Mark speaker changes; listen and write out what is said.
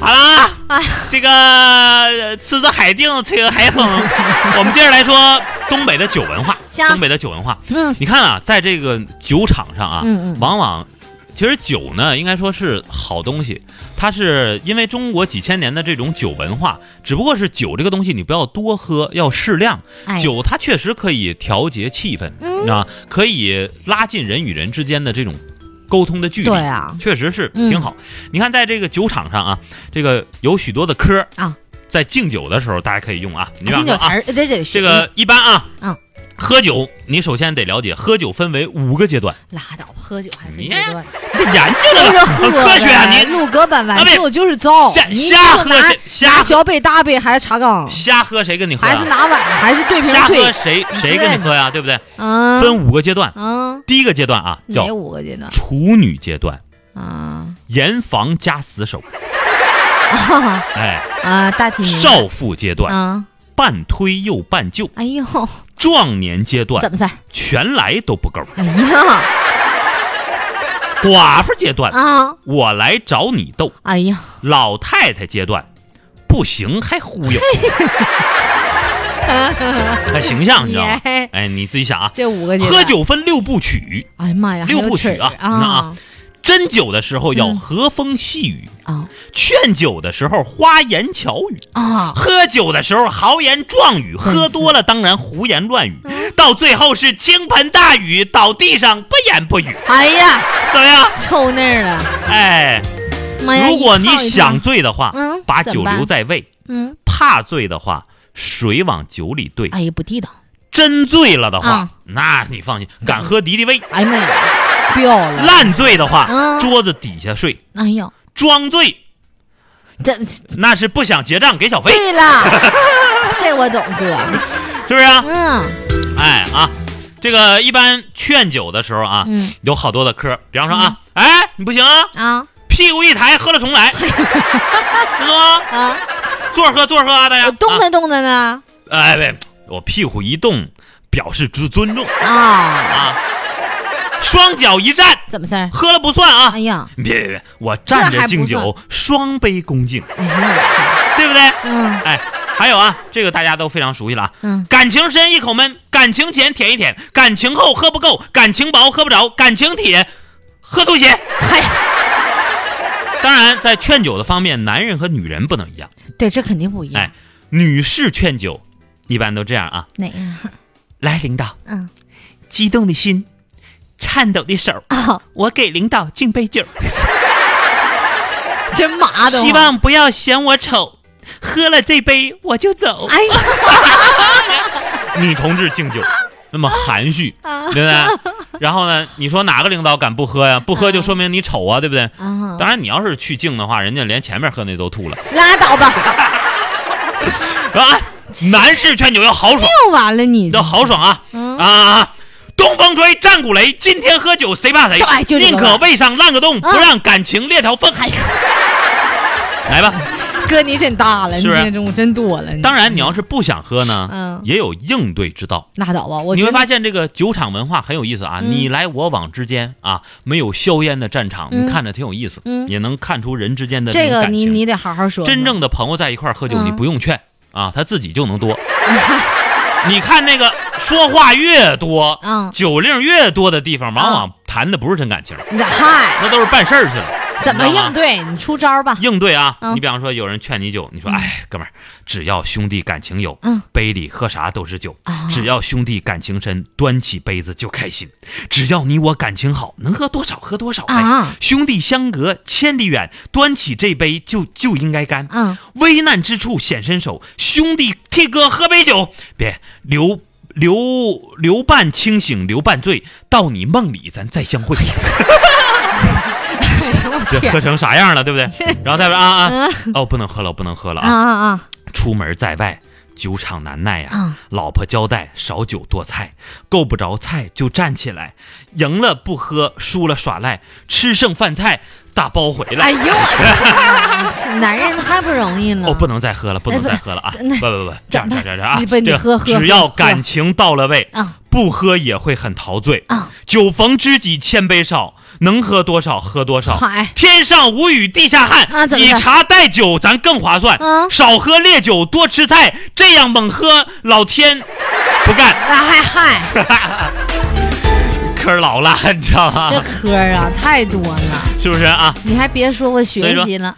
Speaker 1: 啊这个呃吃着海定，吹着 海风。我们接着来说东北的酒文化，
Speaker 2: 行
Speaker 1: 东北的酒文化。
Speaker 2: 嗯
Speaker 1: 你看啊，在这个酒场上啊，
Speaker 2: 嗯嗯
Speaker 1: 往往其实酒呢，应该说是好东西，它是因为中国几千年的这种酒文化，只不过是酒这个东西你不要多喝，要适量。
Speaker 2: 哎，
Speaker 1: 酒它确实可以调节气氛、
Speaker 2: 嗯
Speaker 1: 啊，可以拉近人与人之间的这种沟通的距离。
Speaker 2: 对啊，
Speaker 1: 确实是
Speaker 2: 嗯
Speaker 1: 挺好。你看，在这个酒场上啊，这个有许多的科儿
Speaker 2: 啊，
Speaker 1: 在敬酒的时候大家可以用啊。你比方
Speaker 2: 金酒
Speaker 1: 说
Speaker 2: 词
Speaker 1: 啊，
Speaker 2: 儿，呃对对，
Speaker 1: 这个一般啊，
Speaker 2: 嗯
Speaker 1: 喝酒你首先得了解，喝酒分为五个阶段，
Speaker 2: 拉倒，喝酒还是
Speaker 1: 你
Speaker 2: 这个，
Speaker 1: 你得研究
Speaker 2: 就
Speaker 1: 着
Speaker 2: 是
Speaker 1: 呢，
Speaker 2: 喝
Speaker 1: 很科学啊，
Speaker 2: 呗
Speaker 1: 你
Speaker 2: 陆哥本
Speaker 1: 啊
Speaker 2: 完
Speaker 1: 不是
Speaker 2: 酒就是糟，
Speaker 1: 瞎
Speaker 2: 你
Speaker 1: 瞎
Speaker 2: 就
Speaker 1: 喝
Speaker 2: 拿
Speaker 1: 谁瞎
Speaker 2: 拿
Speaker 1: 喝
Speaker 2: 小杯、大杯还是茶缸，
Speaker 1: 瞎喝谁跟你喝
Speaker 2: 还是
Speaker 1: 啊？
Speaker 2: 拿碗，还是对瓶
Speaker 1: 瞎喝
Speaker 2: 兑，
Speaker 1: 谁
Speaker 2: 你
Speaker 1: 谁
Speaker 2: 之类
Speaker 1: 跟你喝啊呀？对不对？
Speaker 2: 嗯
Speaker 1: 分五个阶段，
Speaker 2: 嗯，
Speaker 1: 第一个阶段啊
Speaker 2: 哪
Speaker 1: 叫
Speaker 2: 五个阶段
Speaker 1: 处女阶段，
Speaker 2: 啊？
Speaker 1: 严防加死 守，哎，
Speaker 2: 啊，大体明白
Speaker 1: 少妇阶段，
Speaker 2: 啊，
Speaker 1: 半推又半就，
Speaker 2: 哎呦，
Speaker 1: 壮年阶段
Speaker 2: 怎么事儿？
Speaker 1: 全来都不够，
Speaker 2: 哎呀
Speaker 1: 寡妇阶段
Speaker 2: 啊，
Speaker 1: 我来找你斗，
Speaker 2: 哎呀，
Speaker 1: 老太太阶段不行还忽 悠，很形象，你知道吗？
Speaker 2: 耶
Speaker 1: 哎，你自己想啊，
Speaker 2: 这五个阶段
Speaker 1: 喝，酒分六部曲，
Speaker 2: 哎呀妈呀，还
Speaker 1: 六
Speaker 2: 有
Speaker 1: 部
Speaker 2: 曲
Speaker 1: 曲啊
Speaker 2: 儿
Speaker 1: 你看啊
Speaker 2: 啊
Speaker 1: 斟酒的时候要
Speaker 2: 嗯
Speaker 1: 和风细雨，
Speaker 2: 啊
Speaker 1: 劝酒的时候花言巧语，
Speaker 2: 啊！
Speaker 1: 喝酒的时候豪言壮语，喝多了当然胡言乱语，
Speaker 2: 嗯
Speaker 1: 到最后是倾盆大雨，倒地上不言不语，
Speaker 2: 哎呀，
Speaker 1: 怎么样？
Speaker 2: 抽那儿了，
Speaker 1: 哎，
Speaker 2: 妈呀！
Speaker 1: 如果你
Speaker 2: 一套一套
Speaker 1: 想，醉的话，
Speaker 2: 嗯
Speaker 1: 把
Speaker 2: 怎么
Speaker 1: 酒
Speaker 2: 办
Speaker 1: 留在胃；
Speaker 2: 嗯，
Speaker 1: 怕醉的话，水往酒里兑；
Speaker 2: 哎呀，不地道，
Speaker 1: 真醉了的话
Speaker 2: 啊，
Speaker 1: 那你放心，敢喝敌敌畏；
Speaker 2: 哎呀妈呀，飙了，
Speaker 1: 烂醉的话，
Speaker 2: 嗯
Speaker 1: 桌子底下睡；
Speaker 2: 哎呦，
Speaker 1: 装醉
Speaker 2: 这
Speaker 1: 那是不想结账给小费，
Speaker 2: 对了， 这我懂哥，
Speaker 1: 是不是啊？
Speaker 2: 嗯
Speaker 1: 哎啊，这个一般劝酒的时候啊，
Speaker 2: 嗯
Speaker 1: 有好多的科儿，比方说啊，哎，你不行啊，
Speaker 2: 啊
Speaker 1: 屁股一抬，喝了重 来，知道吗？
Speaker 2: 啊，
Speaker 1: 坐着喝，坐着喝啊，大家。
Speaker 2: 我动
Speaker 1: 啊
Speaker 2: 弹动弹呢
Speaker 1: 哎喂，我屁股一动，表示尊尊重
Speaker 2: 啊，
Speaker 1: 啊。双脚一站，
Speaker 2: 怎么事儿？
Speaker 1: 喝了不算啊
Speaker 2: 哎。呀，
Speaker 1: 别别别，我站着敬
Speaker 2: 这还
Speaker 1: 酒，双杯恭敬，
Speaker 2: 哎呦我
Speaker 1: 对不对？
Speaker 2: 去，嗯
Speaker 1: 哎，还有啊，这个大家都非常熟悉了啊。
Speaker 2: 嗯，
Speaker 1: 感情深一口闷，感情浅舔一舔，感情厚喝不够，感情薄喝不着，感情铁喝吐血。
Speaker 2: 嗨，
Speaker 1: 当然，在劝酒的方面，男人和女人不能一样。
Speaker 2: 对，这肯定不一样
Speaker 1: 哎，，女士劝酒一般都这样啊，
Speaker 2: 哪样？
Speaker 1: 来，领导，
Speaker 2: 嗯
Speaker 1: 激动的心，颤抖的手，
Speaker 2: 啊，
Speaker 1: 我给领导敬杯酒，
Speaker 2: 真麻的，
Speaker 1: 希望不要嫌我丑，喝了这杯我就走。
Speaker 2: 哎 呀
Speaker 1: 女同志敬 酒，那么含蓄，对不对？然后呢，你说哪个领导敢不喝呀？不喝就说明你丑啊啊，对不对？
Speaker 2: 啊
Speaker 1: 当然，你要是去敬的话，人家连前面喝那都 吐了。
Speaker 2: 拉倒吧，
Speaker 1: 啊，男士劝酒要豪爽，
Speaker 2: 又完了你，
Speaker 1: 要豪爽啊
Speaker 2: 嗯
Speaker 1: 啊！东风吹，战鼓擂，今天喝酒谁怕谁？
Speaker 2: 哎就这个
Speaker 1: 宁可胃上烂个洞，
Speaker 2: 啊
Speaker 1: 不让感情裂条缝。
Speaker 2: 哎呀，
Speaker 1: 来吧，
Speaker 2: 哥你真大了，你
Speaker 1: 是不是
Speaker 2: 今天中午真多了，
Speaker 1: 当然你要是不想喝呢
Speaker 2: 嗯，
Speaker 1: 也有应对之道。
Speaker 2: 拉倒吧，我
Speaker 1: 你
Speaker 2: 觉
Speaker 1: 会
Speaker 2: 得
Speaker 1: 发现这个酒场文化很有意思啊，
Speaker 2: 嗯
Speaker 1: 你来我往之间啊，没有硝烟的战场，
Speaker 2: 嗯
Speaker 1: 你看着挺有意思，
Speaker 2: 嗯
Speaker 1: 也能看出人之间的
Speaker 2: 这
Speaker 1: 种
Speaker 2: 个
Speaker 1: 感
Speaker 2: 你
Speaker 1: 情。
Speaker 2: 你得好好说，
Speaker 1: 真正的朋友在一块儿喝酒，
Speaker 2: 嗯
Speaker 1: 你不用劝啊，他自己就能多。 你看那个说话越多，
Speaker 2: 嗯，
Speaker 1: 酒令越多的地方，往往谈的不是真感情，
Speaker 2: 你得嗨，
Speaker 1: 那都是办事儿去了。
Speaker 2: 怎么
Speaker 1: 你知道吗
Speaker 2: 应对？你出招吧，
Speaker 1: 应对啊？
Speaker 2: 嗯
Speaker 1: 你比方说有人劝你酒，你说
Speaker 2: 嗯
Speaker 1: 哎，哥们儿，只要兄弟感情有
Speaker 2: 嗯，
Speaker 1: 杯里喝啥都是酒。
Speaker 2: 啊，
Speaker 1: 只要兄弟感情深，端起杯子就开心。只要你我感情好，能喝多少喝多少呗。
Speaker 2: 啊
Speaker 1: 兄弟相隔千里远，端起这杯就就应该干。
Speaker 2: 嗯，
Speaker 1: 危难之处显身手，兄弟替哥喝杯酒，别留留留半清醒，留半醉，到你梦里咱再相会。
Speaker 2: 哎呦我
Speaker 1: 这
Speaker 2: 天
Speaker 1: 喝成啥样了，对不对
Speaker 2: 这？嗯
Speaker 1: 然后再说啊啊，哦，不能喝了，不能喝了
Speaker 2: 啊
Speaker 1: 啊！
Speaker 2: 啊啊！
Speaker 1: 出门在外，酒场难耐呀、
Speaker 2: 啊
Speaker 1: 老婆交代少酒多菜，够不着菜就站起来，赢了不喝，输了耍赖，吃剩饭菜大包回来。
Speaker 2: 哎呦 我天，男人太不容易了。
Speaker 1: 哦，不能再喝了，不能
Speaker 2: 哎不
Speaker 1: 再喝了啊！不
Speaker 2: 那
Speaker 1: 不不，这样这样这样这样啊！
Speaker 2: 你不你
Speaker 1: 这
Speaker 2: 喝喝
Speaker 1: 只要
Speaker 2: 喝喝
Speaker 1: 感情到了位，
Speaker 2: 啊
Speaker 1: 不喝也会很陶醉。
Speaker 2: 啊
Speaker 1: 酒逢知己千杯少，能喝多少喝多少。
Speaker 2: 嗨，
Speaker 1: 天上无雨地下旱，
Speaker 2: 啊怎么
Speaker 1: 以
Speaker 2: 的
Speaker 1: 茶代酒，咱更划算。
Speaker 2: 嗯，
Speaker 1: 少喝烈酒，多吃菜，这样猛喝，老天不干，
Speaker 2: 啊嗨嗨，
Speaker 1: 嗑儿老了，你知道吗
Speaker 2: 这？科啊太多了，
Speaker 1: 是不是啊？
Speaker 2: 你还别说我学习了。